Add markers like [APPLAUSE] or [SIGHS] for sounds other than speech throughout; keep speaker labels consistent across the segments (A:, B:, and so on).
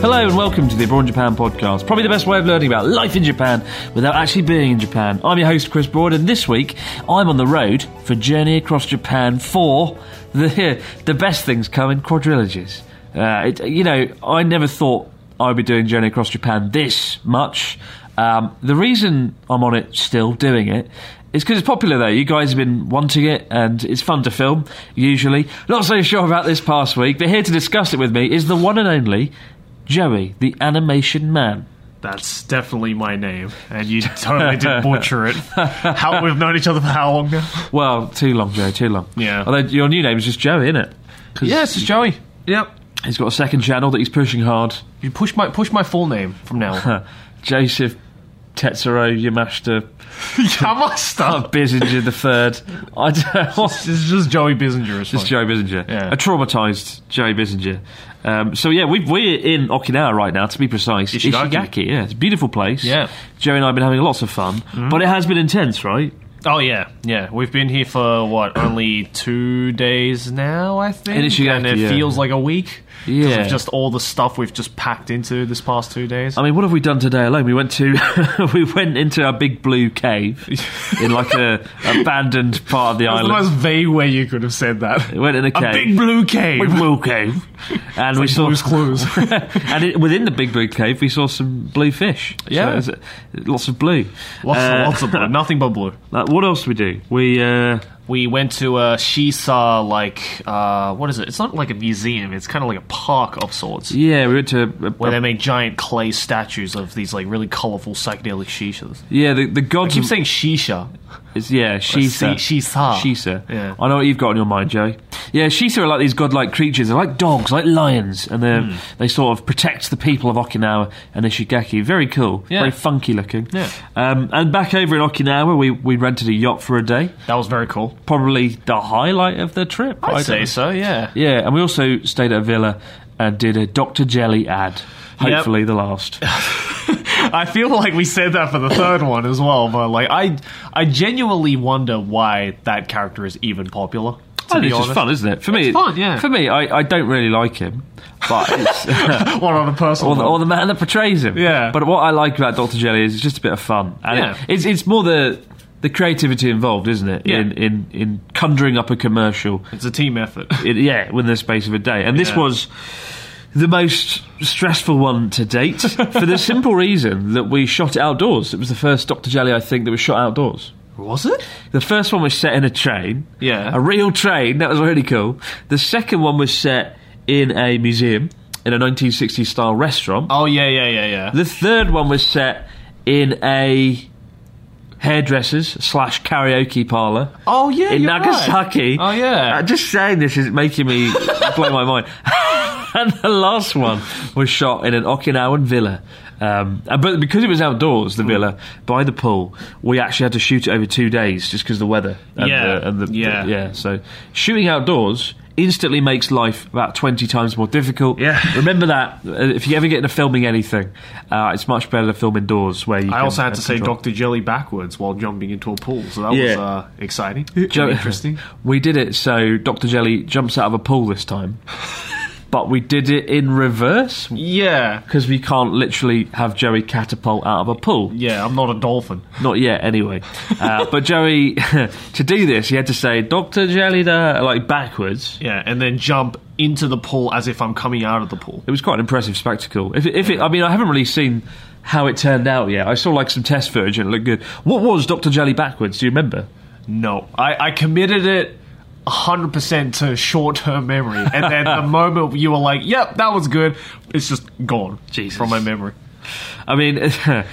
A: Hello and welcome to the Abroad in Japan podcast. Probably the best way of learning about life in Japan without actually being in Japan. I'm your host Chris Broad, and this week I'm on the road for Journey Across Japan for the [LAUGHS] the best things come in quadrilogies. Uh, it, you know, I never thought I'd be doing Journey Across Japan this much. Um, the reason I'm on it still doing it it's because it's popular though. You guys have been wanting it, and it's fun to film. Usually, not so sure about this past week, but here to discuss it with me is the one and only Joey, the animation man.
B: That's definitely my name, and you totally did butcher it. How we've known each other for how long now?
A: Well, too long, Joey, too long.
B: Yeah.
A: Although your new name is just Joey, isn't it? 'Cause
B: [LAUGHS] Yes, it's Joey. Yep.
A: He's got a second channel that he's pushing hard.
B: You push my push my full name from now on. [LAUGHS]
A: Joseph Tetsuro Yamashita
B: [LAUGHS] Yamasta.
A: Bissinger the third. I don't
B: [LAUGHS] This is just Joey Bissinger. It's
A: Just Joey
B: fine.
A: Bissinger.
B: Yeah.
A: A traumatised Joey Bissinger. Um, so, yeah, we, we're in Okinawa right now, to be precise.
B: Ishigaki.
A: yeah. It's a beautiful place.
B: Yeah. Mm-hmm.
A: Joey and I have been having lots of fun, but it has been intense, right?
B: Oh yeah, yeah. We've been here for what only two days now, I think,
A: In Ishigaki,
B: and it
A: yeah.
B: feels like a week. 'cause
A: Yeah.
B: Of just all the stuff we've just packed into this past two days.
A: I mean, what have we done today alone? We went to [LAUGHS] we went into our big blue cave in like a
B: [LAUGHS]
A: abandoned part of the
B: That's the
A: island.
B: most vague way you could have said that.
A: We went in a cave.
B: A big blue cave.
A: Big [LAUGHS] blue cave, and we saw
B: Blue's Clues.
A: [LAUGHS] and it, within the big blue cave, we saw some blue fish. So
B: Yeah.
A: it was, uh, lots of blue.
B: Lots,
A: Uh,
B: of, lots of blue. [LAUGHS] Nothing but blue.
A: [LAUGHS] like, what else did we do? We uh,
B: We went to a Shisa, like, uh, what is it? It's not like a museum, it's kind of like a park of sorts.
A: yeah, we went to a,
B: Where they make giant clay statues of these like really colorful psychedelic shishas.
A: yeah the, the gods.
B: I keep
A: of-
B: saying shisha.
A: It's, yeah, Shisa.
B: she- Shisa.
A: Shisa.
B: Yeah.
A: I know what you've got on your mind, Joey. Yeah, Shisa are like these godlike creatures. They're like dogs, like lions, and they
B: Hmm.
A: are they sort of protect the people of Okinawa and Ishigaki. Very cool.
B: Yeah.
A: Very funky looking.
B: Yeah.
A: Um, and back over in Okinawa, we, we rented a yacht for a day.
B: That was very cool.
A: Probably the highlight of the trip.
B: I'd
A: I
B: say
A: don't-
B: so, yeah. [LAUGHS]
A: Yeah, and we also stayed at a villa and did a Dr. Jelly ad.
B: Yep.
A: Hopefully the
B: [SIGHS]
A: last.
B: I feel like we said that for the third one as well, but like I I genuinely wonder why that character is even popular. To
A: I
B: be
A: think it's
B: honest.
A: just fun, isn't it? For me,
B: It's fun, yeah.
A: For me, I, I don't really like him,
B: [LAUGHS]
A: but it's,
B: One on a personal
A: or the,
B: level.
A: or the man that portrays him.
B: Yeah.
A: But what I like about Doctor Jelly is it's just a bit of fun, and
B: Yeah.
A: it, it's it's more the the creativity involved, isn't it?
B: Yeah.
A: In in in conjuring up a commercial,
B: It's a team effort.
A: in, yeah, within the space of a day, and this
B: Yeah.
A: was. The most stressful one to
B: [LAUGHS]
A: date, for the simple reason that we shot it outdoors. It was the first Doctor Jelly, I think, that was shot outdoors.
B: Was it?
A: The first one was set in a train.
B: Yeah.
A: A real train. That was really cool. The second one was set in a museum, in a 1960s style restaurant.
B: Oh yeah, yeah, yeah, yeah.
A: The third one was set in a hairdresser's slash karaoke parlor.
B: Oh yeah,
A: in
B: you're right.
A: Nagasaki.
B: Oh yeah.
A: Uh, just saying this is making
B: [LAUGHS]
A: me blow my mind. [LAUGHS] and the last one was shot in an Okinawan villa. Um, and- but because it was outdoors,
B: Mm.
A: the villa by the pool, we actually had to shoot it over two days just because the weather. And
B: Yeah.
A: The, and the,
B: Yeah.
A: yeah. So shooting outdoors instantly makes life about 20 times more difficult.
B: Yeah.
A: [LAUGHS] Remember that. uh, If you ever get into filming anything, uh, it's much better to film indoors where you
B: I
A: can
B: also had
A: have
B: to say
A: control.
B: Dr. Jelly backwards while jumping into a pool, so that was
A: Yeah.
B: uh, exciting.
A: Jo- [LAUGHS]
B: interesting.
A: We did it so Dr. Jelly jumps out of a pool this time. but we did it in reverse
B: [LAUGHS] Yeah.
A: because we can't literally have Joey catapult out of a pool.
B: Yeah, I'm not a dolphin.
A: Not yet, anyway. Uh, but Joey, [LAUGHS] to do this, he had to say Doctor Jellyda like backwards.
B: Yeah, and then jump into the pool as if I'm coming out of the pool.
A: It was quite an impressive spectacle. If, it- if it, I mean, I haven't really seen how it turned out yet. I saw like some test footage and it looked good. What was Doctor Jelly backwards? Do you remember?
B: No, I, I committed it 100% to short term memory. And then [LAUGHS] the moment you were like, yep, that was good, it's just gone
A: Jesus.
B: from my memory.
A: I mean, [LAUGHS] it has-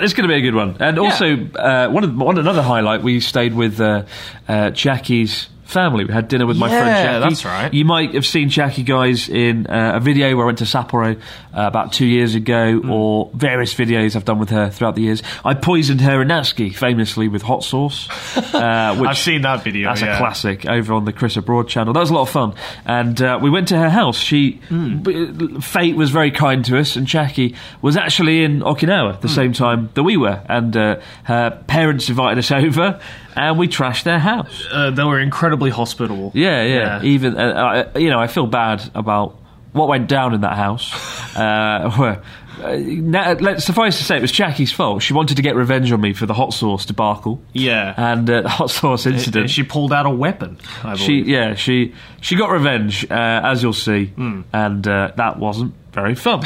A: it's going to be a good one. And also, uh, one of one another highlight, we stayed with uh, uh, Jackie's family. We had dinner with my friend
B: Yeah,
A: Jackie.
B: that's right.
A: You might have seen Jackie guys in uh, a video where I went to Sapporo uh, about two years ago,
B: Mm.
A: or various videos I've done with her throughout the years. I poisoned her Inaski famously with hot
B: [LAUGHS]
A: sauce. Uh, which
B: I've seen that video.
A: that's
B: yeah.
A: a classic over on the Chris Abroad channel. That was a lot of fun, and uh, we went to her house. She,
B: Hmm.
A: b- fate was very kind to us, and Jackie was actually in Okinawa the
B: Hmm.
A: same time that we were, and uh, her parents invited us [LAUGHS] over, and we trashed their house.
B: Uh, they were incredibly hospitable.
A: Yeah, yeah.
B: Yeah.
A: Even uh, I, you know, I feel bad about what went down in that
B: [LAUGHS]
A: house. uh, [LAUGHS] where- uh, now, let, suffice to say, it was Jackie's fault. She wanted to get revenge on me for the hot sauce debacle.
B: Yeah.
A: and uh, the hot sauce incident.
B: And she pulled out a weapon, I
A: She
B: believe.
A: yeah she she got revenge uh, as you'll see, and uh, that wasn't very [LAUGHS] fun.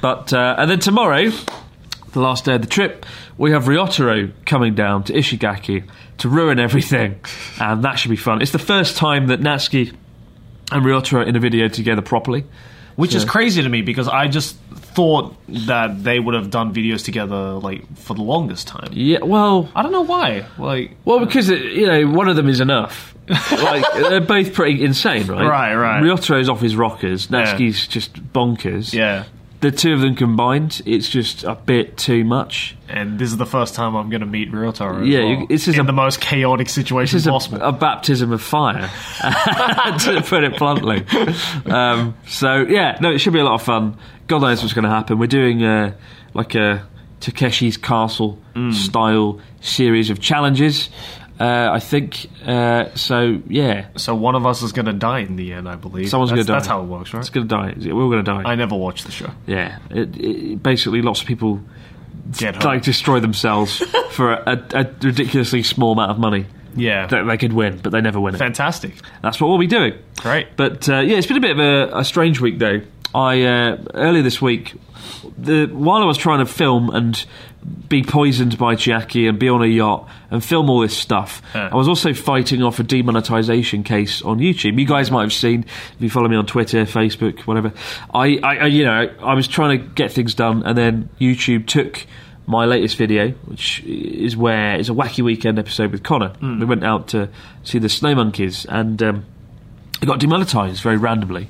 A: but uh, and then tomorrow, the last day of the trip, we have Ryotaro coming down to Ishigaki to ruin [LAUGHS] everything, and that should be fun. It's the first time that Natsuki and Ryotaro are in a video together properly.
B: which is crazy to me because I just thought that they would have done videos together like for the longest time.
A: Yeah, well,
B: I don't know why. Like,
A: Well, because it, you know, one of them is enough. [LAUGHS] like they're both pretty insane, right?
B: Right, right.
A: Ryotaro's off his rockers. Natsuki's just bonkers.
B: yeah.
A: The two of them combined, it's just a bit too much.
B: And this is the first time I'm going to meet Ryotaro. as
A: Yeah,
B: well,
A: you- this is
B: in
A: a-
B: the most chaotic situation
A: This is a, uh,
B: possible.
A: a baptism of fire, [LAUGHS] to put it bluntly. Um, so yeah, no, it should be a lot of fun. God knows what's going to happen. We're doing uh, like a Takeshi's Castle
B: Mm.
A: style series of challenges. Uh, I think uh, so. Yeah,
B: so one of us is going to die in the end, I believe.
A: Someone's
B: That's-
A: gonna die.
B: That's how it works, right?
A: it's going to die. We're all going to die.
B: I never watched the show.
A: Yeah, it, it, basically, lots of people
B: Dead
A: like
B: Hope.
A: destroy
B: [LAUGHS]
A: themselves for a, a ridiculously small amount of money
B: yeah.
A: that they could win, but they never win it.
B: Fantastic.
A: That's what we'll be doing.
B: Great.
A: But uh, yeah, it's been a bit of a, a strange week though. I uh, earlier this week, the, while I was trying to film and be poisoned by Jackie and be on a yacht and film all this stuff,
B: Yeah.
A: I was also fighting off a demonetization case on YouTube. You guys might have seen if you follow me on Twitter, Facebook, whatever. I, I, I you know, I was trying to get things done, and then YouTube took my latest video, which is where it's a wacky weekend episode with Connor. We went out to see the snow monkeys and. Um, it got demonetized very randomly,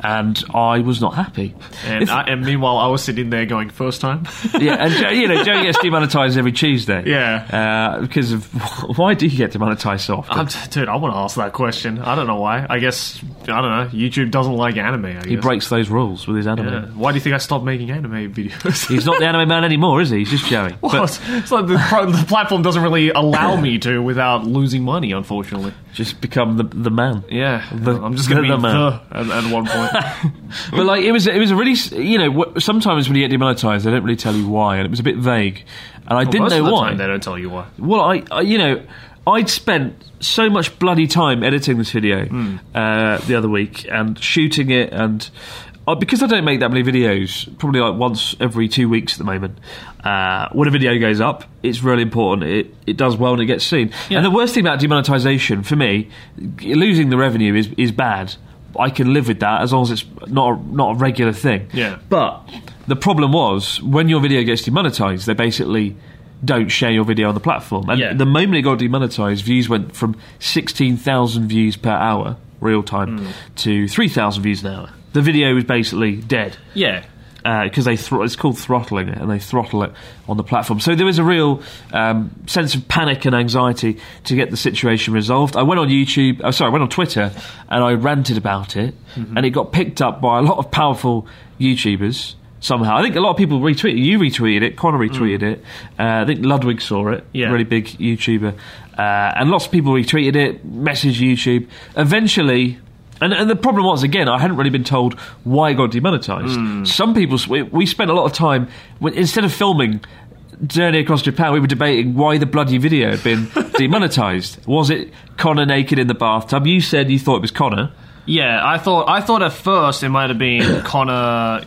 A: and I was not happy.
B: And, I, and meanwhile, I was sitting there going, first time?
A: [LAUGHS] yeah, and Joe- you know, Joe gets demonetized every Tuesday.
B: Yeah.
A: uh, because of [LAUGHS] why do you get demonetized so often?
B: I'm t- dude, I want to ask that question. I don't know why. I guess, I don't know. YouTube doesn't like anime, I guess.
A: he breaks those rules with his anime.
B: Yeah. Why do you think I stopped making anime videos? [LAUGHS]
A: He's not the anime man anymore, is he? He's just Joey.
B: Well, it's, it's like the, pro- the platform doesn't really allow me to without losing money, unfortunately.
A: Just become the the man.
B: Yeah,
A: The-
B: I'm just gonna
A: the-
B: be
A: the man.
B: the at, at one [LAUGHS] point.
A: But like it was, it was a really s- you know. wh- Sometimes when you get demonetized, they don't really tell you why, and it was a bit vague, and I didn't
B: Most
A: know
B: of the
A: why.
B: time they don't tell you why.
A: Well, I, I you know, I'd spent so much bloody time editing this video uh, the other week and shooting it, and uh, because I don't make that many videos, probably like once every two weeks at the moment. Uh, when a video goes up, it's really important. It it does well and it gets seen. And the worst thing about demonetization for me, g- losing the revenue is is bad. I can live with that as long as it's not a, not a regular thing.
B: Yeah.
A: But the problem was when your video gets demonetized, they basically don't share your video on the platform. And
B: Yeah.
A: the moment it got demonetized, views went from 16,000 views per hour, real time, to 3,000 views an hour. The video was basically dead
B: Yeah,
A: because Uh, they thr- it's called throttling it, and they throttle it on the platform. So there was a real um, sense of panic and anxiety to get the situation resolved. I went on YouTube, oh, sorry, I went on Twitter, and I ranted about it, and it got picked up by a lot of powerful YouTubers. Somehow, I think a lot of people retweeted. You retweeted it. Connor retweeted it. Uh, I think Ludwig saw it.
B: Yeah.
A: really big YouTuber, uh, and lots of people retweeted it. Messaged YouTube. Eventually, And, and the problem was, again, I hadn't really been told why it got demonetized.
B: Hmm.
A: Some people, s- we, we spent a lot of time, when- instead of filming Journey Across Japan, we were debating why the bloody video had
B: [LAUGHS]
A: been demonetized. Was it Connor naked in the bathtub? You said you thought it was Connor.
B: Yeah, I thought I thought at first it might have been Connor.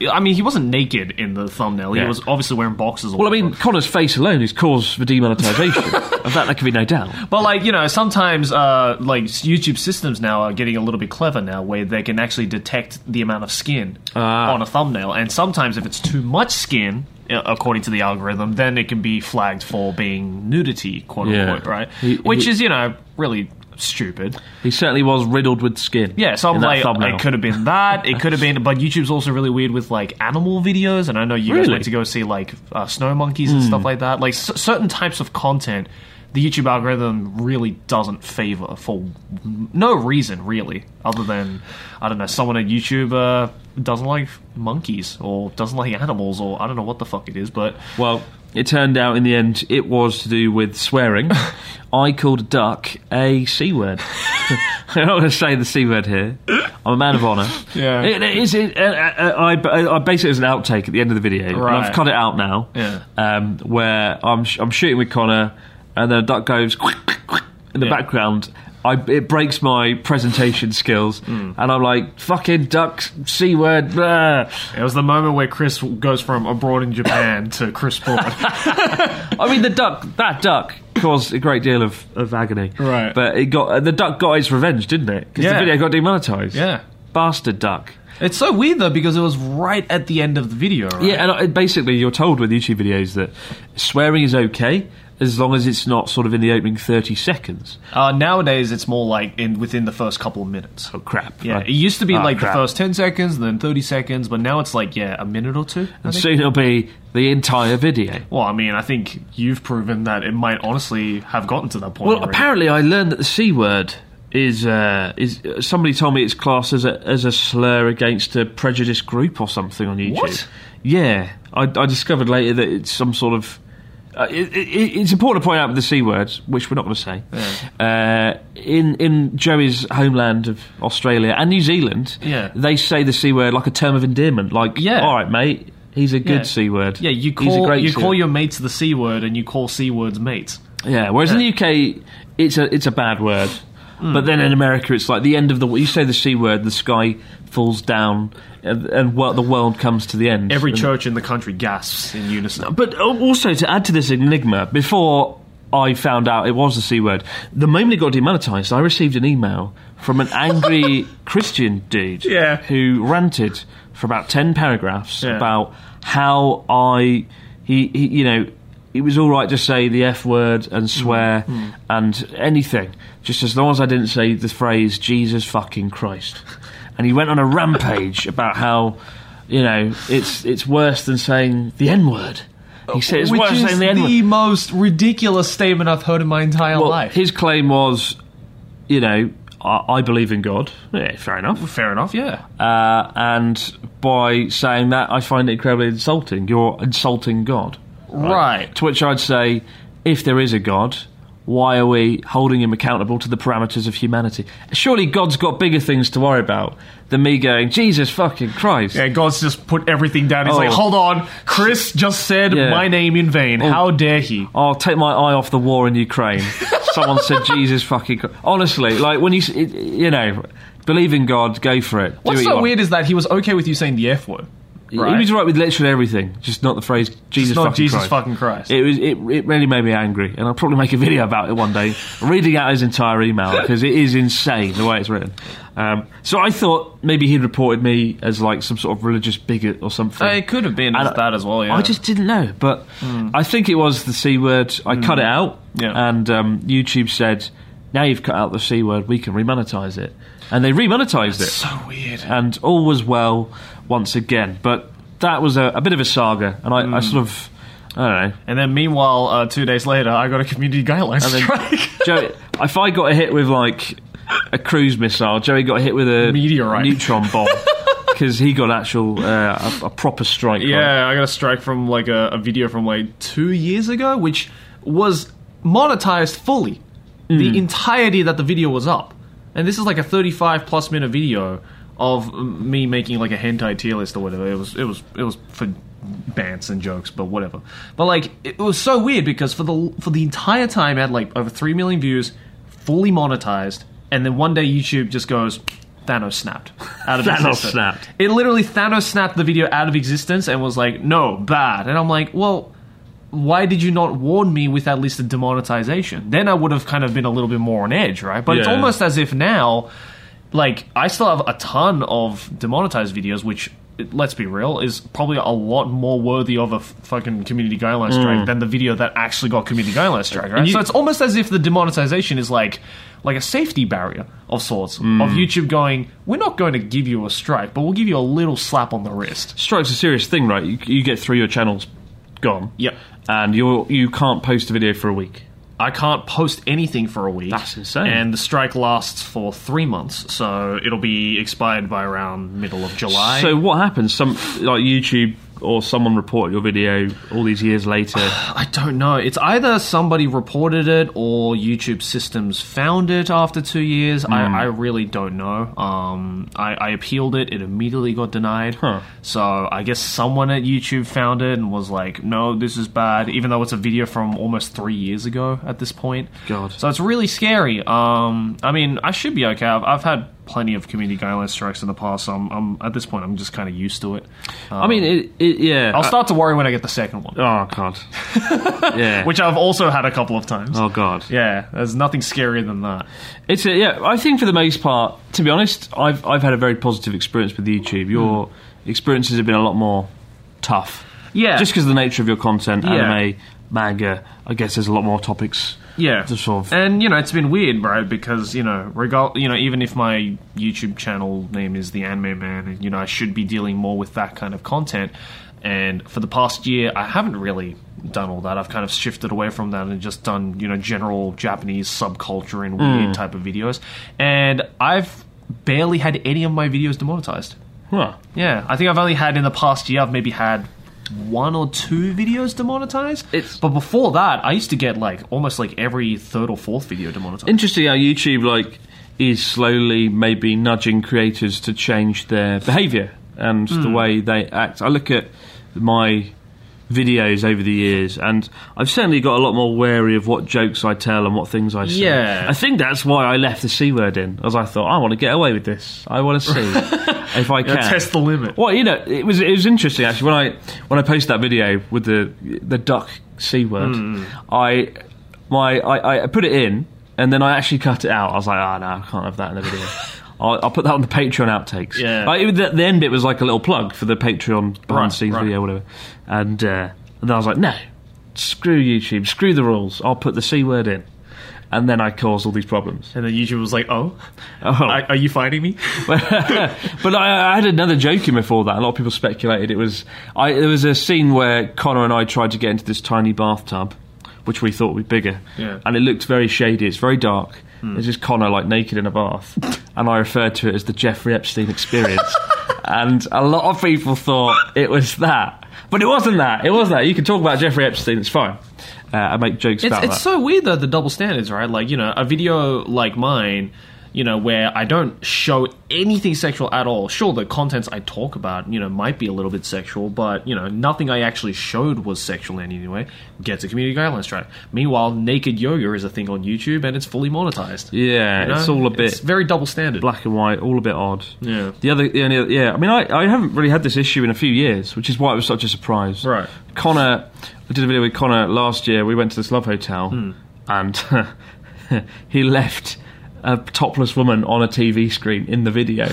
B: I mean, he wasn't naked in the thumbnail.
A: Yeah.
B: He was obviously wearing boxes. Or
A: Well, I
B: whatever.
A: mean, Connor's face alone is cause for
B: [LAUGHS]
A: demonetization. of that, there can be no doubt.
B: But like you know, sometimes uh, like YouTube systems now are getting a little bit clever now, where they can actually detect the amount of skin
A: Ah.
B: on a thumbnail, and sometimes if it's too much skin, uh, according to the algorithm, then it can be flagged for being nudity, quote
A: Yeah.
B: unquote, right?
A: He-
B: Which
A: he-
B: is you know really stupid.
A: He certainly was riddled with skin.
B: Yeah, so I'm
A: in that
B: like,
A: thumbnail.
B: it could have been that. It could have been, but YouTube's also really weird with like animal videos, and I know you guys
A: Really?
B: like to go see like uh, snow monkeys and stuff like that. Like c- certain types of content, the YouTube algorithm really doesn't favor for no reason really, other than I don't know, someone at YouTube uh, doesn't like monkeys or doesn't like animals or I don't know what the fuck it is, but
A: Well, it turned out in the end it was to do with
B: [LAUGHS]
A: swearing. I called a duck a C word. [LAUGHS] I'm not going to say the C word here. I'm a man of honour.
B: Yeah.
A: It, it is, it, uh, uh, I, I, I base it as an outtake at the end of the video. And I've
B: Right.
A: cut it out now.
B: Yeah.
A: Um, where I'm, sh- I'm shooting with Connor and then a duck goes in the
B: Yeah.
A: background. I, it breaks my presentation skills,
B: Hmm.
A: and I'm like, "Fucking duck, c word." blah."
B: it was the moment where Chris goes from abroad in Japan to Chris Broad.
A: I mean, the duck, that duck, caused a great deal of, of agony.
B: Right.
A: But it got uh, the duck got its revenge, didn't it? Because the
B: Yeah.
A: video got demonetized.
B: Yeah.
A: Bastard duck.
B: [LAUGHS] it's so weird though because it was right at the end of the video. Right?
A: Yeah, and uh, basically, you're told with YouTube videos that swearing is okay as long as it's not sort of in the opening 30 seconds.
B: Uh, nowadays, it's more like in within the first couple of minutes.
A: Oh, crap.
B: Yeah,
A: Right.
B: it used to be
A: Ah,
B: like
A: crap.
B: the first ten seconds, then thirty seconds, but now it's like yeah, a minute or two. I
A: And
B: think.
A: soon it'll be the entire video.
B: well, I mean, I think you've proven that it might honestly have gotten to that point.
A: Well,
B: already.
A: apparently, I learned that the c word is uh, is uh, somebody told me it's classed as a as a slur against a prejudiced group or something on YouTube.
B: What?
A: Yeah, I, I discovered later that it's some sort of. Uh, it, it, it's important to point out with the c word, which we're not going to say, uh, in in Joey's homeland of Australia and New Zealand.
B: Yeah.
A: they say the c word like a term of endearment. Like,
B: Yeah.
A: all right, mate, he's a good
B: Yeah.
A: c word.
B: yeah, you
A: he's a
B: call
A: great
B: you
A: C
B: call
A: word."
B: your mates the c word, and you call c words mates.
A: Yeah, whereas in the UK, it's a it's a bad word.
B: Hmm.
A: But then in America, it's like the end of the. You say the c word, the sky falls down, and, and wo- the world comes to the end.
B: Every
A: And-
B: church in the country gasps in unison.
A: But uh, also to add to this enigma, before I found out it was the c word, the moment it got demonetized, I received an email from an
B: [LAUGHS]
A: angry Christian dude
B: Yeah.
A: who ranted for about ten paragraphs
B: Yeah.
A: about how I he, he you know it was all right to say the f word and swear and anything, just as long as I didn't say the phrase Jesus fucking Christ. And he went on a rampage about how you know it's it's worse than saying the n word. He said it's worse than saying the n word.
B: most ridiculous statement I've heard in my entire
A: Well, his claim was, you know, I, I believe in God. Yeah, fair enough.
B: Fair enough. Yeah.
A: Uh, and by saying that, I find it incredibly insulting. You're insulting God.
B: Right.
A: To which I'd say, if there is a God, why are we holding him accountable to the parameters of humanity? Surely God's got bigger things to worry about than me going, Jesus fucking Christ.
B: Yeah, God's just put everything down. He's
A: Oh.
B: like, hold on, Chris just said
A: Yeah. Oh.
B: my name in vain. How dare he?
A: I'll take my eye off the war in
B: [LAUGHS]
A: Ukraine. Someone said Jesus fucking. Christ. Honestly, like when you, s- it, you know, believe in God, go for it. Do what
B: What's
A: you
B: so
A: want.
B: weird is that he was okay with you saying the F word.
A: He was right with literally everything, just not the phrase Jesus.
B: It's not
A: fucking
B: Jesus
A: Christ.
B: fucking Christ.
A: It was. It, it really made me angry, and I'll probably make a video about it one day, reading out his entire email because it is insane the way it's written. Um, so I thought maybe he'd reported me as like some sort of religious bigot or something.
B: Uh, it could have been as
A: And I-
B: that as well, yeah. Hmm.
A: I just didn't know, but I think it was the c word. I cut it out,
B: Yeah.
A: and um, YouTube said, "Now you've cut out the c word, we can remonetize it," and they remonetized it
B: so weird.
A: and all was well once again. But that was a, a bit of a saga, and
B: Hmm.
A: I, I sort of I don't know.
B: And then meanwhile, uh, two days later, I got a community guidelines
A: then-
B: strike. [LAUGHS]
A: Joe, if I got hit with like a cruise missile, Joey got hit with a
B: Meteorite.
A: neutron
B: [LAUGHS]
A: bomb because he got actual uh, a, a proper strike.
B: yeah, I got a strike from like a, a video from like two years ago,
A: Mm.
B: which was monetized fully. The entirety that the video was up. And this is like a 35 plus minute video of me making like a hentai tier list or whatever. It was it was it was for bants and jokes, but whatever. But like it was so weird because for the for the entire time I had like over 3 million views, fully monetized, and then one day YouTube just goes Thanos snapped out of
A: [LAUGHS] Thanos
B: existence.
A: snapped.
B: It literally Thanos snapped the video out of existence and was like, "No, bad." And I'm like, "Well, why did you not warn me with at least a demonetization? Then I would have kind of been a little bit more on edge, right? But it's
A: Yeah.
B: almost as if now, like, I still have a ton of demonetized videos, which, let's be real, is probably a lot more worthy of a f- fucking community guideline strike than the video that actually got community guideline strike, right?
A: Mm. you-
B: so it's almost as if the demonetization is like, like a safety barrier of sorts
A: Mm.
B: of YouTube going, we're not going to give you a strike, but we'll give you a little slap on the wrist.
A: Strike's a serious thing, right? You, you get through your channels gone.
B: Yep.
A: And you you can't post a video for a week.
B: I can't post anything for a week.
A: That's insane.
B: And the strike lasts for three months, so it'll be expired by around middle of July.
A: so what happens? Some like YouTube or someone reported your video all these years later.
B: [SIGHS] I don't know. It's either somebody reported it or YouTube systems found it after two years.
A: Hmm.
B: I, I really don't know. Um, I, I appealed it. It immediately got denied.
A: Huh.
B: So I guess someone at YouTube found it and was like, "No, this is bad." Even though it's a video from almost three years ago at this point.
A: God.
B: So it's really scary. Um, I mean, I should be okay. I've, I've had plenty of community guideline strikes in the past. So I'm, I'm at this point. I'm just kind of used to it. Um,
A: I mean, it, it, yeah.
B: I'll start to worry when I get the second one,
A: oh
B: [LAUGHS]
A: god. yeah.
B: which I've also had a couple of times.
A: oh god.
B: Yeah, there's nothing scarier than that.
A: It's a, yeah. I think for the most part, to be honest, I've I've had a very positive experience with YouTube. Your experiences have been a lot more tough.
B: Hmm. Yeah.
A: Just because of the nature of your content,
B: Yeah.
A: anime, manga. I guess there's a lot more topics.
B: Yeah, Uh,
A: To sort of-
B: and you know it's been weird, right? Because you know, regard you know, even if my YouTube channel name is the Anime Man, and you know, I should be dealing more with that kind of content. And for the past year, I haven't really done all that. I've kind of shifted away from that and just done you know general Japanese subculture and weird
A: Hmm.
B: type of videos. And I've barely had any of my videos demonetized.
A: Huh.
B: Yeah, I think I've only had in the past year. I've maybe had one or two videos demonetized.
A: It's-
B: but before that, I used to get like almost like every third or fourth video demonetized.
A: Interesting how YouTube like is slowly maybe nudging creators to change their behaviour and the
B: Hmm.
A: way they act. I look at my videos over the years, and I've certainly got a lot more wary of what jokes I tell and what things I say.
B: Yeah.
A: I think that's why I left the c word in, as I thought I want to get away with this. I want
B: [LAUGHS]
A: to see if I can
B: test the limit.
A: Well, you know, it was it was interesting actually when I when I posted that video with the the duck c word,
B: Hmm.
A: I my I, I put it in and then I actually cut it out. I was like, ah, no, I can't have that in the
B: [LAUGHS]
A: video. I'll, I'll put that on the Patreon outtakes.
B: Yeah.
A: Like, it- the, the end bit was like a little plug for the Patreon behind the scenes
B: right.
A: video, whatever. And uh, and then I was like, no, screw YouTube, screw the rules. I'll put the c word in, and then I caused all these problems. [LAUGHS]
B: And then YouTube was like, "Oh,
A: Oh.
B: Are, are you fighting me?" [LAUGHS]
A: but [LAUGHS] I, I had another joke in before that. A lot of people speculated it was. I, there was a scene where Connor and I tried to get into this tiny bathtub, which we thought would be bigger.
B: Yeah. Hmm.
A: And it looked very shady. It's very dark. There's just Connor like naked in a
B: [LAUGHS]
A: bath, and I referred to it as the Jeffrey Epstein experience. [LAUGHS] and a lot of people thought it was that, but it wasn't that. It was that. You can talk about Jeffrey Epstein. It's fine. Uh, I make jokes
B: It's,
A: about
B: it's
A: that.
B: so weird though the double standards, right? Like you know, a video like mine, you know, where I don't show anything sexual at all. Sure, the contents I talk about, you know, might be a little bit sexual, but you know, nothing I actually showed was sexual in any way. Gets a community guidelines strike. Meanwhile, naked yoga is a thing on YouTube and it's fully monetized.
A: yeah,
B: You know?
A: it's all a bit.
B: It's very double standard.
A: black and white, all a bit odd.
B: Yeah.
A: The other, the only, other- yeah. I mean, I, I haven't really had this issue in a few years, which is why it was such a surprise.
B: Right.
A: Connor, I did a video with Connor last year. We went to this love hotel,
B: Hmm.
A: and [LAUGHS] he left a topless woman on a TV screen in the
B: [LAUGHS]
A: video.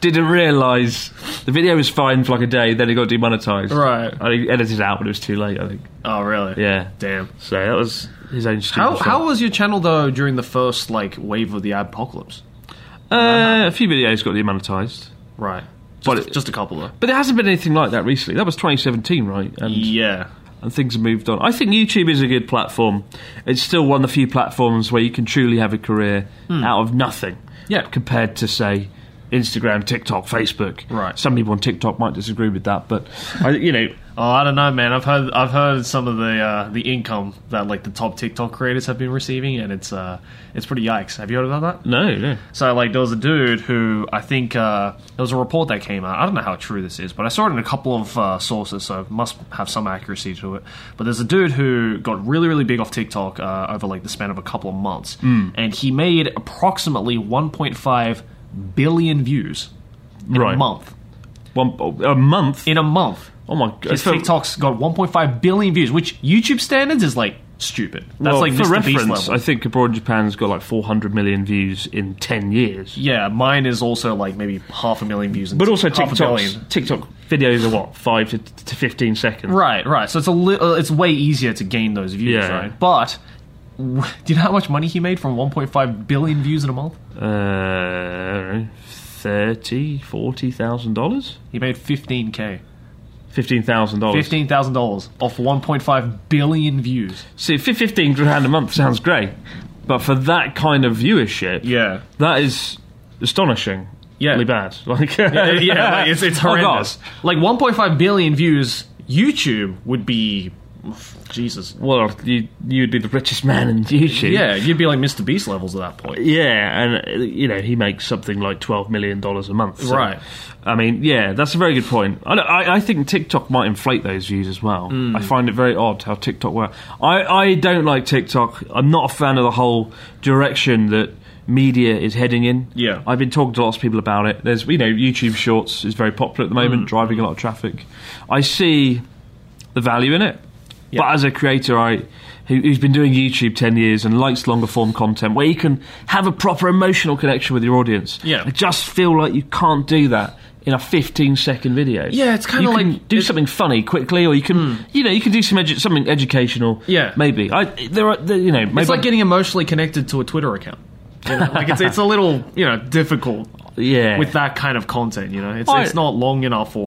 A: Didn't realise the video was fine for like a day, then it got demonetized.
B: Right.
A: And he edited it out, but it was too late, I think.
B: Oh, really?
A: Yeah.
B: Damn.
A: So that was his own stupid
B: How,
A: fault.
B: how was your channel though during the first like wave of the apocalypse?
A: uh, a few videos got demonetized.
B: Right. Just,
A: But it-
B: just a couple though.
A: But there hasn't been anything like that recently. That was 2017, right? And
B: Yeah.
A: and things have moved on. I think YouTube is a good platform. It's still one of the few platforms where you can truly have a career out of nothing.
B: Hmm. Yeah.
A: Compared to say Instagram, TikTok, Facebook.
B: Right. [LAUGHS]
A: Some people on TikTok might disagree with that, but I, you know,
B: Oh, I don't know, man. I've heard I've heard some of the uh, the income that like the top TikTok creators have been receiving, and it's uh it's pretty yikes. Have you heard about that?
A: No, no.
B: So like there was a dude who I think uh, there was a report that came out. I don't know how true this is, but I saw it in a couple of uh, sources, so it must have some accuracy to it. But there's a dude who got really really big off TikTok uh, over like the span of a couple of months,
A: Hmm.
B: and he made approximately 1.5 billion views in
A: Right.
B: a month.
A: One oh, a month.
B: In a month.
A: Oh my god!
B: His TikTok's got 1.5 billion views, which YouTube standards is like stupid. That's
A: well,
B: like
A: for
B: Mr.
A: reference,
B: Beast level.
A: I think Abroad Japan's got like 400 million views in 10 years.
B: yeah, mine is also like maybe half a million views, and
A: But also
B: half a
A: TikTok's,
B: billion.
A: TikTok videos are what five to, to 15 seconds.
B: Right, right. So it's a li- uh, it's way easier to gain those views,
A: Yeah.
B: right? But w- [LAUGHS] do you know how much money he made from 1.5 billion views in a month?
A: Uh, thirty, forty thousand dollars,
B: He made 15k,
A: fifteen thousand dollars.
B: fifteen thousand dollars off 1.5 billion views.
A: See, fif- fifteen grand a month sounds great, but for that kind of viewership, [LAUGHS]
B: Yeah.
A: that is astonishing.
B: Yeah.
A: really bad. [LAUGHS] Like,
B: yeah, yeah, like, it's [LAUGHS]
A: [LAUGHS]
B: it's
A: Oh, God.
B: horrendous. like 1.5 billion views, YouTube would be Jesus.
A: well, you you'd be the richest man in YouTube.
B: Yeah, you'd be like Mr. Beast levels at that point.
A: Yeah, and uh, you know he makes something like twelve million dollars a month. so-
B: Right.
A: I mean, yeah, that's a very good point. I, don't- I, I think TikTok might inflate those views as well.
B: Hmm.
A: I find it very odd how TikTok works. I, I don't like TikTok. I'm not a fan of the whole direction that media is heading in.
B: Yeah.
A: I've been talking to lots of people about it. There's, you know, YouTube Shorts is very popular at the moment,
B: Hmm.
A: driving a lot of traffic. I see the value in it. But as a creator, I who, who's been doing YouTube ten years and likes longer form content, where you can have a proper emotional connection with your audience.
B: Yeah.
A: I just feel like you can't do that in a fifteen second video.
B: Yeah, it's kinda
A: You can
B: like-
A: do
B: it-
A: something funny quickly, or you can you know you can do some edu- something educational.
B: Yeah.
A: maybe I there are there, you know maybe
B: It's like getting emotionally connected to a Twitter account. You know, like it's it's a little you know difficult
A: yeah
B: with that kind of content. You know, it's
A: I-
B: it's not long enough for.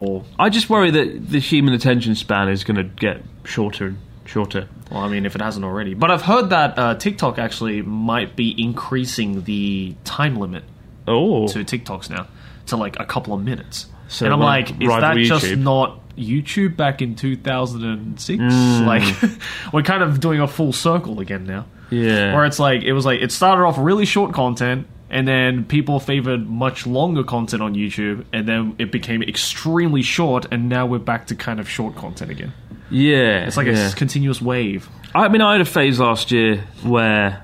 B: Or,
A: I just worry that the human attention span is going to get shorter and shorter.
B: well, I mean, if it hasn't already. But I've heard that uh, TikTok actually might be increasing the time limit
A: Oh,
B: to TikToks now to like a couple of minutes.
A: So
B: and I'm
A: it
B: like,
A: won't
B: is that
A: rival
B: just
A: YouTube?
B: not YouTube back in 2006?
A: Mm.
B: [LAUGHS] Like, we're kind of doing a full circle again now.
A: Yeah.
B: Where it's like, it was like, it started off really short content, and then people favored much longer content on YouTube, and then it became extremely short, and now we're back to kind of short content again.
A: Yeah,
B: It's like a
A: yeah.
B: s- continuous wave.
A: I mean, I had a phase last year where,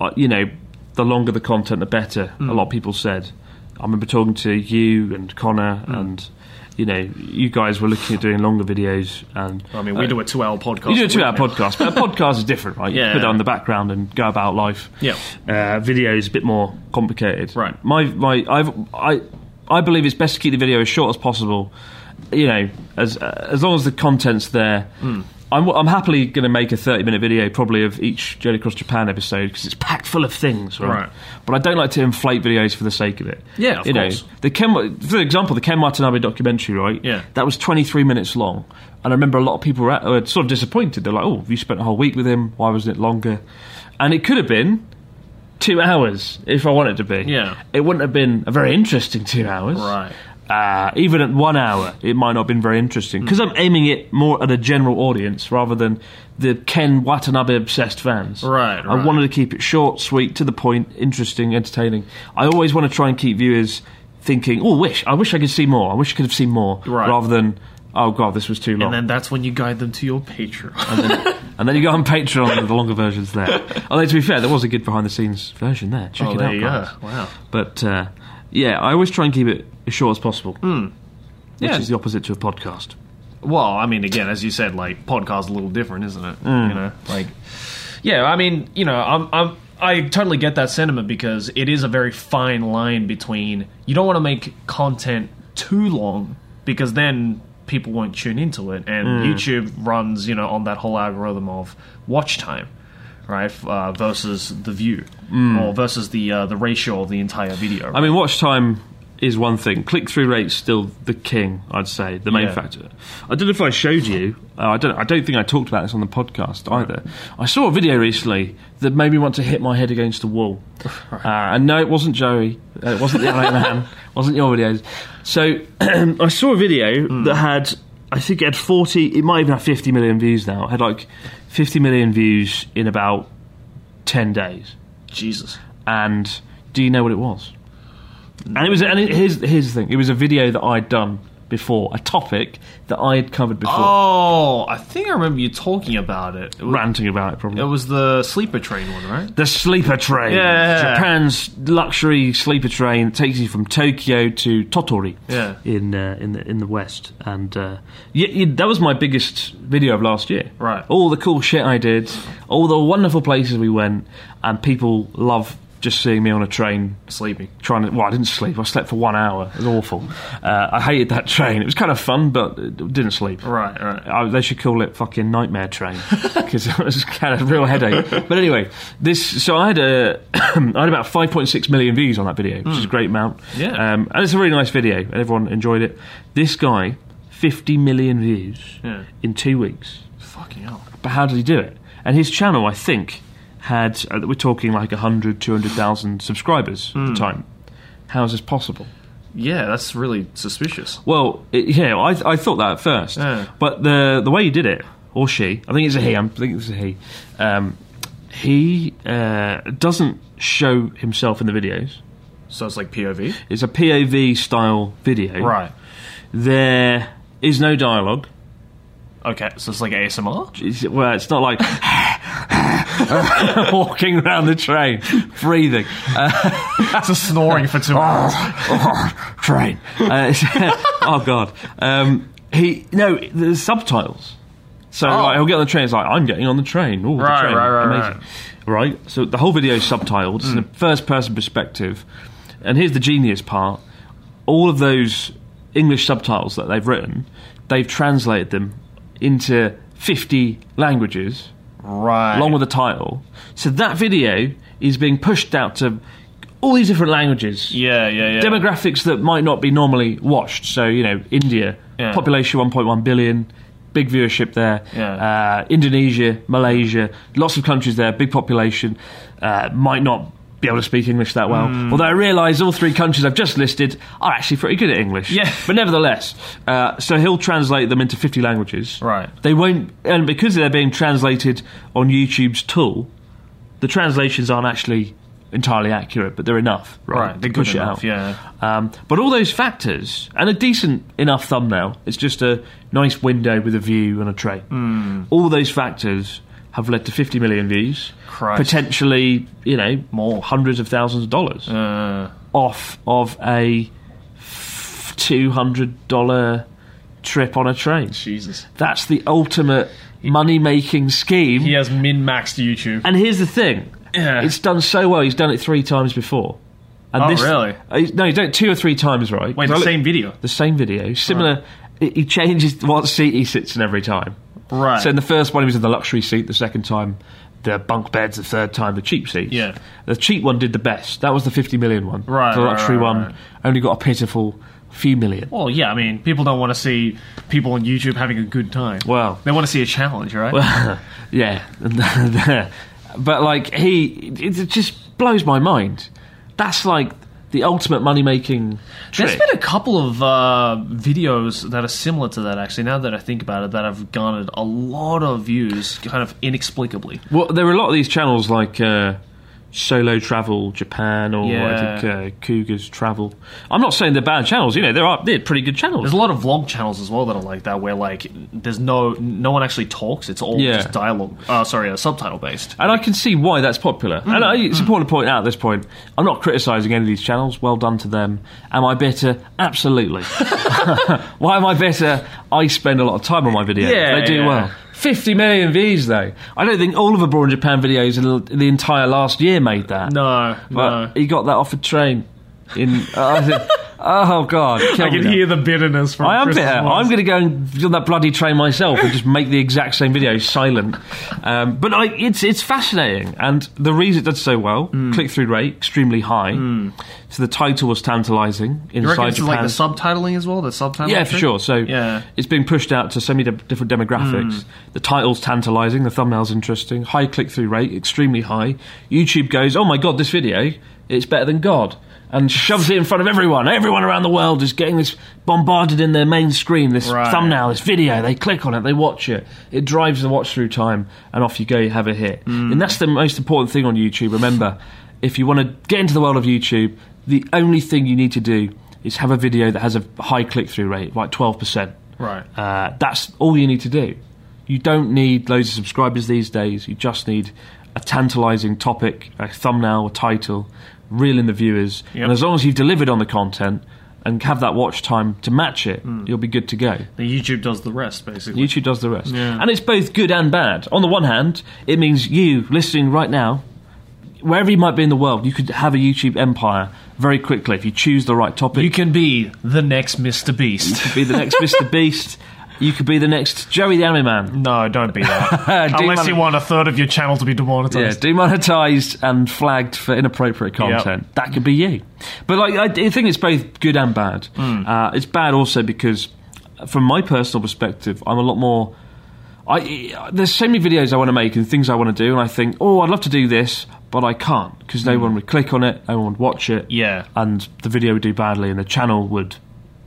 A: uh, you know, the longer the content, the better.
B: Mm.
A: A lot of people said. I remember talking to you and Connor,
B: Mm.
A: and you know, you guys were looking at doing longer videos. And
B: I mean, we
A: uh,
B: do a two-hour podcast.
A: You do a two-hour
B: a week now.
A: podcast, but a podcast is different, right? You
B: Yeah.
A: put it on the background and go about life.
B: Yeah.
A: uh, video is a bit more complicated.
B: Right.
A: My my I've, I I believe it's best to keep the video as short as possible. You know, as uh, as long as the content's there.
B: Hmm.
A: I'm, I'm happily going to make a 30 minute video probably of each Journey Across Japan episode because it's packed full of things, right?
B: Right.
A: But I don't like to inflate videos for the sake of it.
B: Yeah, of
A: you
B: course.
A: know, the Ken, for example, the Ken Watanabe documentary, right?
B: Yeah.
A: that was 23 minutes long, and I remember a lot of people were, at- were sort of disappointed. They're like, "Oh, you spent a whole week with him. Why wasn't it longer?" And it could have been two hours if I wanted to be.
B: Yeah.
A: it wouldn't have been a very interesting two hours.
B: Right.
A: Uh, even at one hour, it might not have been very
B: Hmm.
A: interesting because I'm aiming it more at a general audience rather than the Ken Watanabe obsessed fans.
B: Right,
A: I
B: right.
A: wanted to keep it short, sweet, to the point, interesting, entertaining. I always want to try and keep viewers thinking, "Oh, wish I wish I could see more. I wish I could have seen more,"
B: Right.
A: rather than, "Oh God, this was too long."
B: And then that's when you guide them to your Patreon.
A: And then you go on Patreon and the longer version's
B: [LAUGHS]
A: there. Although, to be fair, there was a good behind the scenes version there. Check
B: Oh,
A: it
B: there
A: out,
B: you
A: guys.
B: go. Wow.
A: But, uh, yeah, I always try and keep it as short as possible. Which
B: Hmm. Yeah.
A: is the opposite to a podcast.
B: Well, I mean, again, as you said, like podcast a little different, isn't it? You know, like yeah. I mean, you know, I'm I'm I totally get that sentiment because it is a very fine line between you don't want to make content too long because then people won't tune into it, and YouTube runs you know on that whole algorithm of watch time. Right f- uh, versus the view, or versus the uh, the ratio of the entire video.
A: I mean, watch time is one thing. Click through rate's still the king, I'd say, the main
B: Yeah.
A: factor. I don't know if I showed you. Uh, I don't. I don't think I talked about this on the podcast either. I saw a video recently that made me want to hit my head against the wall. Uh, and no, it wasn't Joey. Uh, it wasn't the Iron Man. Wasn't your videos. So [CLEARS THROAT] I saw a video that had. I think it had forty. It might even have fifty million views now. It had like fifty million views in about ten days
B: Jesus,
A: and do you know what it was? And it was, and it, here's here's the thing: it was a video that I'd done before, a topic that I had covered before,
B: oh, I think I remember you talking about it. It was,
A: ranting about it. Probably
B: it was the sleeper train one, right?
A: the sleeper train,
B: Yeah.
A: Japan's luxury sleeper train that takes you from Tokyo to Totori,
B: Yeah.
A: in uh, in the in the west. And uh, yeah, yeah, that was my biggest video of last year.
B: Right.
A: all the cool shit I did, all the wonderful places we went, and people love just seeing me on a train
B: Sleeping.
A: trying to. Well, I didn't sleep. I slept for one hour. It was awful. Uh, I hated that train. It was kind of fun, but it didn't sleep.
B: Right, right.
A: I, they should call it fucking nightmare
B: [LAUGHS]
A: train because it was kind of a real headache. But anyway, this. So I had a. [CLEARS THROAT] I had about 5.6 million views on that video, which is a great amount.
B: Hmm. Yeah.
A: Um, and it's a really nice video, and everyone enjoyed it. This guy, 50 million views
B: Yeah.
A: in two weeks.
B: Fucking hell.
A: But how did he do it? And his channel, I think, had uh, we're talking like 100, 200,000 subscribers at the time. How is this possible?
B: Yeah, that's really suspicious.
A: Well, it, yeah, I, I thought that at first,
B: Yeah.
A: but the the way he did it, or she, I think it's a he. I'm, I think it's a he. Um, he uh, doesn't show himself in the videos.
B: So it's like POV?
A: It's a POV style video. There is no dialogue.
B: Okay, so it's like [LAUGHS] ASMR?
A: It's, well, it's not like [LAUGHS] walking around the train, breathing.
B: That's a snoring for two hours.
A: train. Uh, [LAUGHS] oh God. Um, he no, the subtitles. So like, he'll get on the train. It's like I'm getting on the train. Oh,
B: Oh. Right,
A: the train.
B: right, right, Hmm.
A: Amazing. Right. So the whole video is subtitled. It's in a first-person perspective. And here's the genius part: all of those English subtitles that they've written, they've translated them into 50 languages
B: Right.
A: along with the title. So that video is being pushed out to all these different languages
B: yeah, yeah, yeah.
A: demographics that might not be normally watched. So you know, India
B: Yeah.
A: population 1.1 billion, big viewership there.
B: Yeah.
A: Uh, Indonesia, Malaysia, lots of countries there, big population. Uh, might not be able to speak English that well.
B: Hmm.
A: Although I realise all three countries I've just listed are actually pretty good at English.
B: Yeah.
A: [LAUGHS] But nevertheless, uh, so he'll translate them into 50 languages.
B: Right.
A: They won't, and because they're being translated on YouTube's tool, the translations aren't actually entirely accurate, but they're enough, right?
B: Right,
A: to
B: they're good
A: push it
B: enough,
A: out.
B: yeah.
A: Um, but all those factors and a decent enough thumbnail. It's just a nice window with a view and a tray.
B: Hmm.
A: All those factors have led to 50 million views,
B: Christ.
A: potentially, you know,
B: More.
A: hundreds of thousands of dollars
B: Uh,
A: off of a two hundred dollar trip on a train.
B: Jesus.
A: That's the ultimate money making scheme.
B: He has min maxed YouTube.
A: And here's the thing:
B: Yeah.
A: it's done so well. He's done it three times before. And
B: Oh, really?
A: Uh, he's- no, he's done it two or three times, right?
B: Wait,
A: I
B: the
A: look-
B: same video.
A: the same video, similar. he- He changes what seat he sits in every time.
B: Right.
A: So in the first one, he was in the luxury seat. The second time, the bunk beds. The third time, the cheap seats.
B: Yeah.
A: The cheap one did the best. That was the 50 million one.
B: Right,
A: The
B: right,
A: luxury
B: right,
A: one
B: right.
A: only got a pitiful few million.
B: Well, yeah, I mean, people don't want to see people on YouTube having a good time.
A: Well-
B: they want to see a challenge, right?
A: [LAUGHS] yeah. [LAUGHS] but like he, it it just blows my mind. That's like the ultimate money making
B: There's
A: trick.
B: been a couple of uh, videos that are similar to that, actually, now that I think about it, that have garnered a lot of views kind of inexplicably.
A: Well, there are a lot of these channels like uh, Solo Travel Japan or
B: Yeah.
A: I think uh, Cougars Travel. I'm not saying they're bad channels. You know, there are they're pretty good channels.
B: There's a lot of vlog channels as well that are like that, where like there's no no one actually talks; it's all
A: Yeah.
B: just dialogue. Uh, sorry, uh, subtitle based.
A: And I can see why that's popular.
B: Mm.
A: and I, it's important to point out at this point, I'm not criticising any of these channels. Well done to them. Am I bitter?
B: [LAUGHS]
A: Absolutely. [LAUGHS] why am I bitter? I spend a lot of time on my videos.
B: Yeah,
A: they do
B: yeah.
A: well. 50 million views, though. I don't think all of Abroad in Japan videos in the entire last year made that.
B: No,
A: But
B: no.
A: he got that off a train. In I think- [LAUGHS] oh god, kill
B: I
A: me
B: can
A: now.
B: hear the bitterness from.
A: I am
B: Chris's
A: bitter.
B: voice.
A: I'm going to go and get on that bloody train myself and just make the exact same video silent. Um, but I, it's it's fascinating, and the reason it did so well,
B: Mm.
A: click through rate extremely high. So the title was tantalising
B: You reckon
A: inside
B: this is
A: Japan.
B: like the subtitling as well? The subtitle.
A: yeah, for sure. So
B: yeah, Hmm.
A: it's being pushed out to so many de- different demographics. The title's tantalising, the thumbnail's interesting, high click through rate, extremely high. YouTube goes, oh my god, this video, it's better than God, and shoves it in front of everyone. Everyone around the world is getting this bombarded in their main screen, this
B: Right.
A: thumbnail, this video. They click on it, they watch it. It drives the watch through time, and off you go, you have a hit.
B: Mm.
A: And that's the most important thing on YouTube. Remember, if you want to get into the world of YouTube, the only thing you need to do is have a video that has a high click through rate, like 12%.
B: right.
A: Uh, that's all you need to do. You don't need loads of subscribers these days. You just need a tantalizing topic, a thumbnail, a title, reel in the viewers.
B: Yep.
A: And as long as you've delivered on the content and have that watch time to match it,
B: Mm.
A: you'll be good to go.
B: The YouTube does the rest, basically.
A: YouTube does the rest. And it's both good and bad. On the one hand, it means you listening right now, wherever you might be in the world, you could have a YouTube empire very quickly if you choose the right topic.
B: You can be the next Mr.
A: [LAUGHS]
B: Beast.
A: could be the next Mr. Beast. You could be the next Joey the Anime Man.
B: No, don't be
A: [LAUGHS]
B: that.
A: Unless
B: Unless
A: you
B: you want a third of your channel to be
A: Yeah,
B: demonetized.
A: demonetized and flagged for inappropriate content. That could be you. But like, I, I think it's both good and bad.
B: Hmm.
A: Uh, it's bad also because, from my personal perspective, I'm a lot more. I there's so many videos I want to make and things I want to do, and I think, oh, I'd love to do this, but I can't because no one would click on it, no one would watch it,
B: Hmm. Yeah.
A: and the video would do badly, and the channel would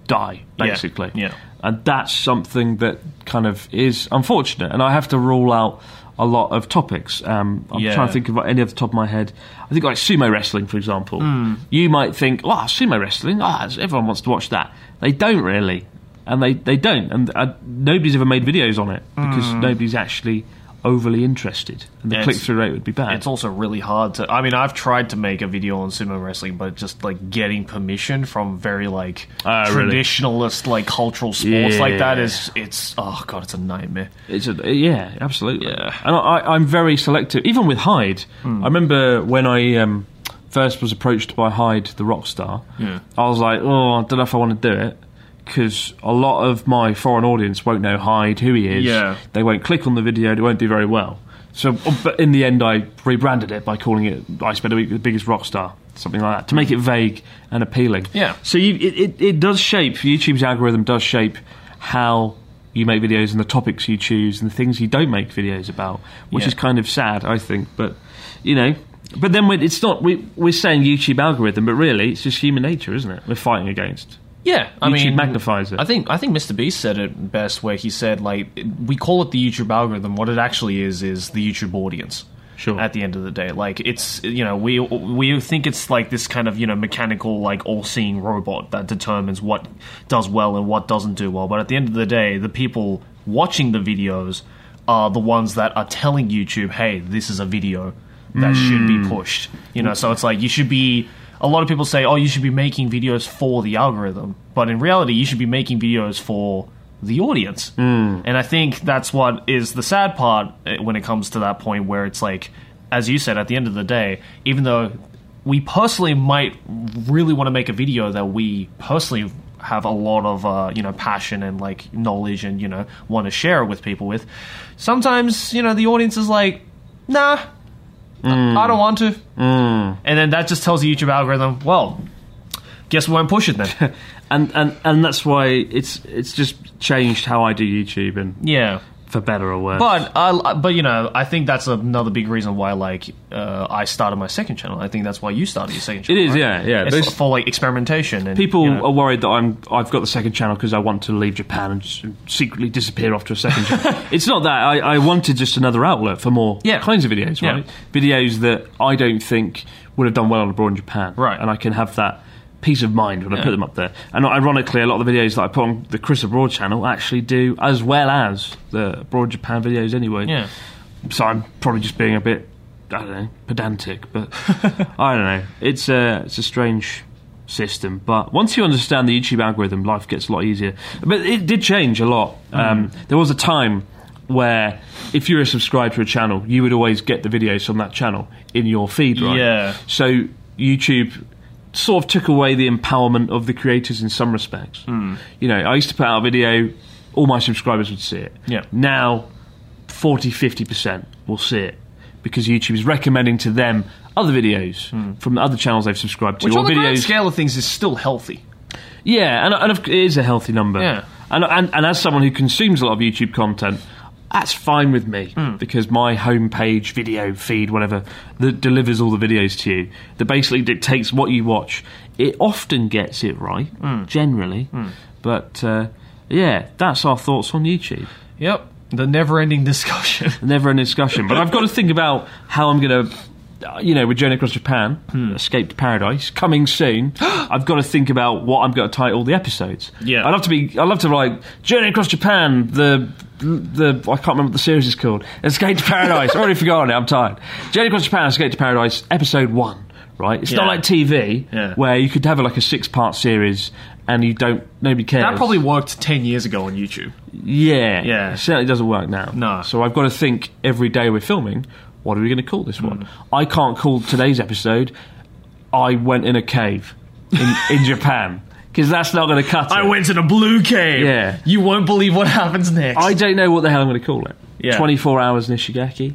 A: die basically.
B: yeah.
A: And that's something that kind of is unfortunate. And I have to rule out a lot of topics. Um, I'm
B: Yeah.
A: trying to think of any off the top of my head. I think like sumo wrestling, for example.
B: Hmm.
A: You might think, oh, sumo wrestling, ah, everyone wants to watch that. They don't really. And they, they don't. And uh, nobody's ever made videos on it because nobody's actually overly interested. And the
B: Hmm. Yeah,
A: click
B: it's-
A: through rate would be bad.
B: It's also really hard to. I mean, I've tried to make a video on sumo wrestling, but just like getting permission from very like
A: Ah, really?
B: traditionalist, like cultural sports like that
A: Yeah.
B: is it's oh god, it's a nightmare.
A: It's a, yeah, absolutely. And I, I- I'm very selective, even with Hyde.
B: Hmm.
A: I remember when I um, first was approached by Hyde, the rock star.
B: Yeah.
A: I was like, oh, I don't know if I want to do it because a lot of my foreign audience won't know Hyde, who he is.
B: Yeah.
A: They won't click on the video. It won't do very well. So, but in the end, I rebranded it by calling it "I Spent a Week with the Biggest Rock Star," something like that, to make it vague and appealing.
B: Yeah.
A: So you, it, it, it does shape YouTube's algorithm does shape how you make videos and the topics you choose and the things you don't make videos about, which
B: Yeah.
A: is kind of sad, I think. But you know, but then we it's not we we're saying YouTube algorithm, but really it's just human nature, isn't it? We're fighting against.
B: Yeah, I
A: YouTube
B: mean,
A: magnifies it.
B: I think I think Mr. Beast said it best, where he said like we call it the YouTube algorithm. What it actually is is the YouTube audience. Sure. At the end of the day, like it's you know we we think it's like this kind of you know mechanical like all-seeing robot that determines what does well and what doesn't do well. But at the end of the day, the people watching the videos are the ones that are telling YouTube, "Hey, this is a video that should be pushed." You know, so it's like you should be a lot of people say, "Oh, you should be making videos for the algorithm," but in reality, you should be making videos for the audience. And I think that's what is the sad part eh, when it comes to that point where it's like, as you said, at the end of the day, even though we personally might really want to make a video that we personally have a lot of uh, you know passion and like knowledge and you know want to share it with people with, sometimes you know the audience is like, nah. I I don't want to. And then that just tells the YouTube algorithm, well, guess we won't push it then.
A: and and and that's why it's it's just changed how I do YouTube and
B: yeah.
A: for better or worse.
B: But I, but you know, I think that's another big reason why like uh, I started my second channel. I think that's why you started your second channel.
A: is,
B: right?
A: yeah, yeah.
B: It's
A: Those-
B: for like experimentation and
A: people
B: you know.
A: are worried that I'm I've got the second channel because I want to leave Japan and s- secretly disappear off to a second
B: [LAUGHS]
A: channel. it's not that I, I wanted just another outlet for more
B: Yeah.
A: kinds of videos,
B: Yeah.
A: right? Videos that I don't think would have done well on abroad in Japan,
B: Right.
A: And I can have that peace of mind when I put them up there. And ironically, a lot of the videos that I put on the Chris Abroad channel actually do as well as the abroad Japan videos anyway.
B: Yeah.
A: So I'm probably just being a bit. I don't know, pedantic,
B: [LAUGHS]
A: but I don't know. It's a it's a strange system. But once you understand the YouTube algorithm, life gets a lot easier. But it did change a lot.
B: Mm.
A: Um, there was a time where if you were subscribed to a channel, you would always get the videos from that channel in your feed, right?
B: Yeah.
A: So YouTube sort of took away the empowerment of the creators in some respects.
B: Mm.
A: You know, I used to put out a video, all my subscribers would see it.
B: Yeah.
A: Now, 40 50% will see it because YouTube is recommending to them other videos from other channels they've subscribed to
B: Hmm. which
A: or
B: on the grand
A: videos.
B: scale of things is still healthy.
A: Yeah, and, and of- it is a healthy number.
B: Yeah.
A: And, and, and as someone who consumes a lot of YouTube content, that's fine with me
B: Hmm.
A: because my homepage, video feed, whatever, that delivers all the videos to you, that basically dictates what you watch. It often gets it right,
B: Hmm.
A: generally. But uh, yeah, that's our thoughts on YouTube.
B: Yep, the never-ending discussion. [LAUGHS]
A: Never a discussion. But I've got to think about how I'm going to. You know, we're journey across Japan,
B: Hmm.
A: escaped paradise, coming
B: [GASPS]
A: soon. I've got to think about what I'm going to title the episodes.
B: Yeah.
A: I'd love to be. I'd love to write journey across Japan. The the I can't remember what the series is called. Escape to Paradise. [LAUGHS] Already forgotten it. I'm tired. Journey across Japan, Escape to Paradise, episode one. Right. It's not
B: Yeah.
A: like TV
B: Yeah.
A: where you could have like a six part series and you don't nobody cares.
B: that probably worked ten years ago on YouTube.
A: Yeah.
B: Yeah.
A: It certainly doesn't work now.
B: No.
A: So I've got to think every day we're filming, what are we going to call this one?
B: Hmm.
A: I can't call today's episode, I went in a cave in, in Japan, because that's not going to cut it.
B: [LAUGHS] I went to the blue cave.
A: Yeah.
B: you won't believe what happens next.
A: I don't know what the hell I'm going to call it.
B: Yeah.
A: 24 hours Nishigaki.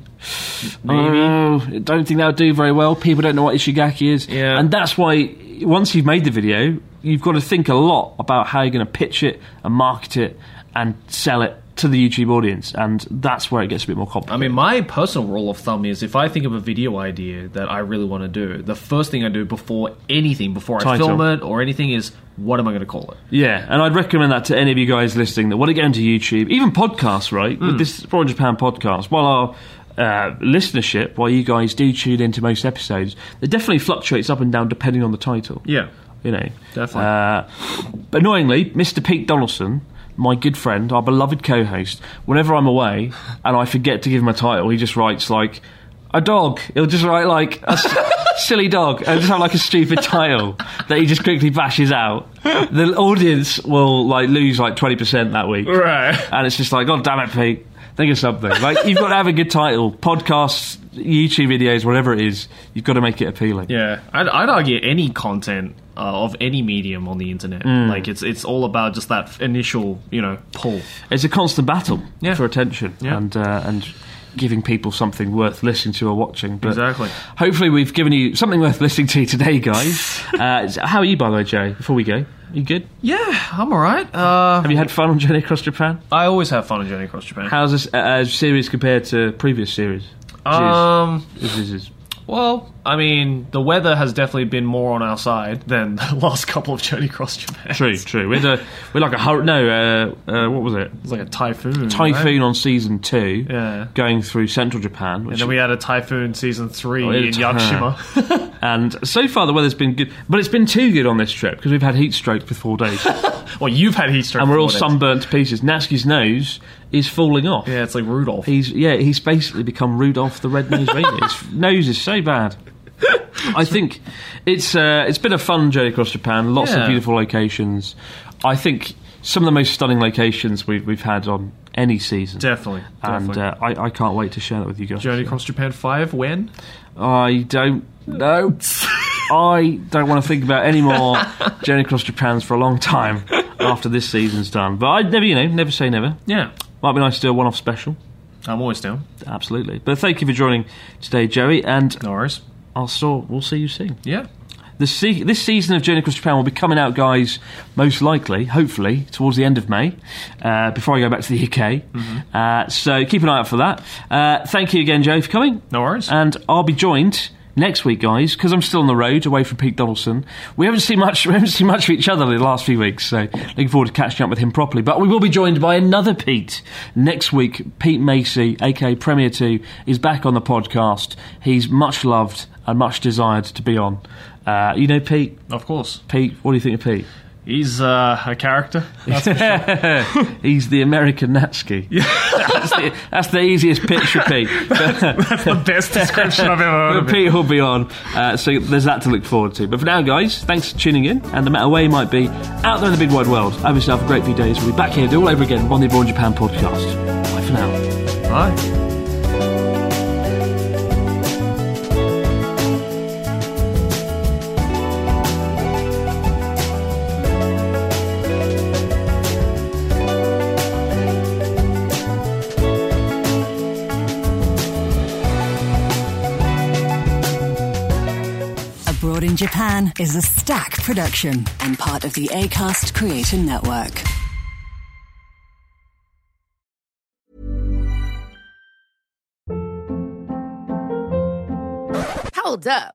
A: Oh, I don't think that'll do very well. People don't know what Ishigaki is.
B: Yeah.
A: And that's why, once you've made the video, you've got to think a lot about how you're going to pitch it and market it and sell it to the YouTube audience. And that's where it gets a bit more
B: I
A: complicated.
B: mean, my personal rule of thumb is if I think of a video idea that I really want to do, the first thing I do before anything, before
A: Title.
B: I film it or anything, is what am I going to call it?
A: yeah, and I'd recommend that to any of you guys listening that want to get into YouTube, even podcasts, right? With this Raw Japan podcast, while our uh, listenership, while you guys do tune into most episodes, it definitely fluctuates up and down depending on the title.
B: Yeah,
A: you know.
B: Definitely.
A: Uh, but annoyingly, Mr. Pete Donaldson, my good friend, our beloved co-host, whenever I'm away and I forget to give him a title, he just writes like a dog. He'll just write like a s- [LAUGHS] silly dog and just have like a stupid title that he just quickly bashes out. The audience will like lose like twenty percent that week,
B: Right.
A: And it's just like, God damn it, Pete. Think of something. Like you've got to have a good title. Podcasts, YouTube videos, whatever it is, you've got to make it appealing.
B: yeah. I'd, I'd argue any content uh, of any medium on the internet,
A: Mm.
B: like it's it's all about just that f- initial, you know, pull.
A: it's a constant battle
B: Yeah.
A: for attention
B: Yeah.
A: and uh, and giving people something worth listening to or watching. But
B: Exactly.
A: Hopefully, we've given you something worth listening to today,
B: [LAUGHS]
A: guys. uh, it's- how are you, by the way, Jay? Before we go, you good?
B: Yeah, I'm all right. Uh,
A: Have you had fun on Journey Across Japan?
B: I always have fun on Journey Across Japan.
A: How's this uh, uh, series compared to previous series?
B: Um,
A: This is
B: well, I mean, the weather has definitely been more on our side than [LAUGHS] the last couple of journey across Japan.
A: True, true. We're, the, we're like a hur- no. Uh, uh, what was it?
B: It's like a typhoon. right?
A: Typhoon on season two,
B: Yeah.
A: going through central Japan, which
B: And then we had a typhoon season three
A: we had
B: in
A: a-
B: Yakushima.
A: [LAUGHS] And so far, the weather's been good, but it's been too good on this trip because we've had heat stroke for four days,
B: [LAUGHS] well, you've had heat stroke.
A: and we're all
B: before,
A: sunburnt to pieces. Natsuki's nose is falling off.
B: then. Yeah, it's like Rudolph.
A: He's yeah, he's basically become Rudolph the Red-Nosed Reindeer.
B: [LAUGHS]
A: His nose is so bad. I think it's uh, it's been a fun journey across Japan. Lots
B: Yeah.
A: of beautiful locations. I think some of the most stunning locations we've we've had on any season.
B: Definitely,
A: And
B: definitely.
A: uh, I, I can't wait to share that with you guys.
B: Journey across Japan five. When?
A: I don't know.
B: [LAUGHS]
A: I don't want to think about any more Journey Across Japan's for a long time after this season's done. But I'd never, you know, never say never.
B: Yeah,
A: Might be nice to do a one off special.
B: I'm always down.
A: Absolutely. But thank you for joining today, Joey, and
B: No worries.
A: I'll still, we'll see you soon.
B: Yeah.
A: The se- this season of Journey Across Japan will be coming out, guys, most likely, hopefully, towards the end of May, uh, before I go back to the UK.
B: Mm-hmm.
A: Uh, so keep an eye out for that. Uh, thank you again, Joey, for coming. Uh,
B: No worries.
A: And I'll be joined next week, guys, because I'm still on the road away from Pete Donaldson. We haven't seen much. [LAUGHS] We haven't seen much of each other the last few weeks, so looking forward to catching up with him properly. But we will be joined by another Pete next week. Pete Macy, aka Premier Two, is back on the podcast. He's much loved and much desired to be on. Uh, you know, Pete.
B: Of course.
A: Pete, what do you think of Pete?
B: He's uh, a character. [LAUGHS] That's for sure.
A: [LAUGHS] He's the American Natsuki. that's, the, that's the easiest pitch for
B: [LAUGHS]
A: Pete.
B: the best description I've ever heard. Of it.
A: Pete will be on, uh, so there's that to look forward to. But for now, guys, thanks for tuning in, and no matter where you might be, out there in the big wide world, have yourself a great few days. We'll be back here, do all over again on the Born Japan podcast. Bye for now.
B: Bye.
C: Abroad in Japan is a stack production and part of the ACAST Creator Network.
D: Hold up.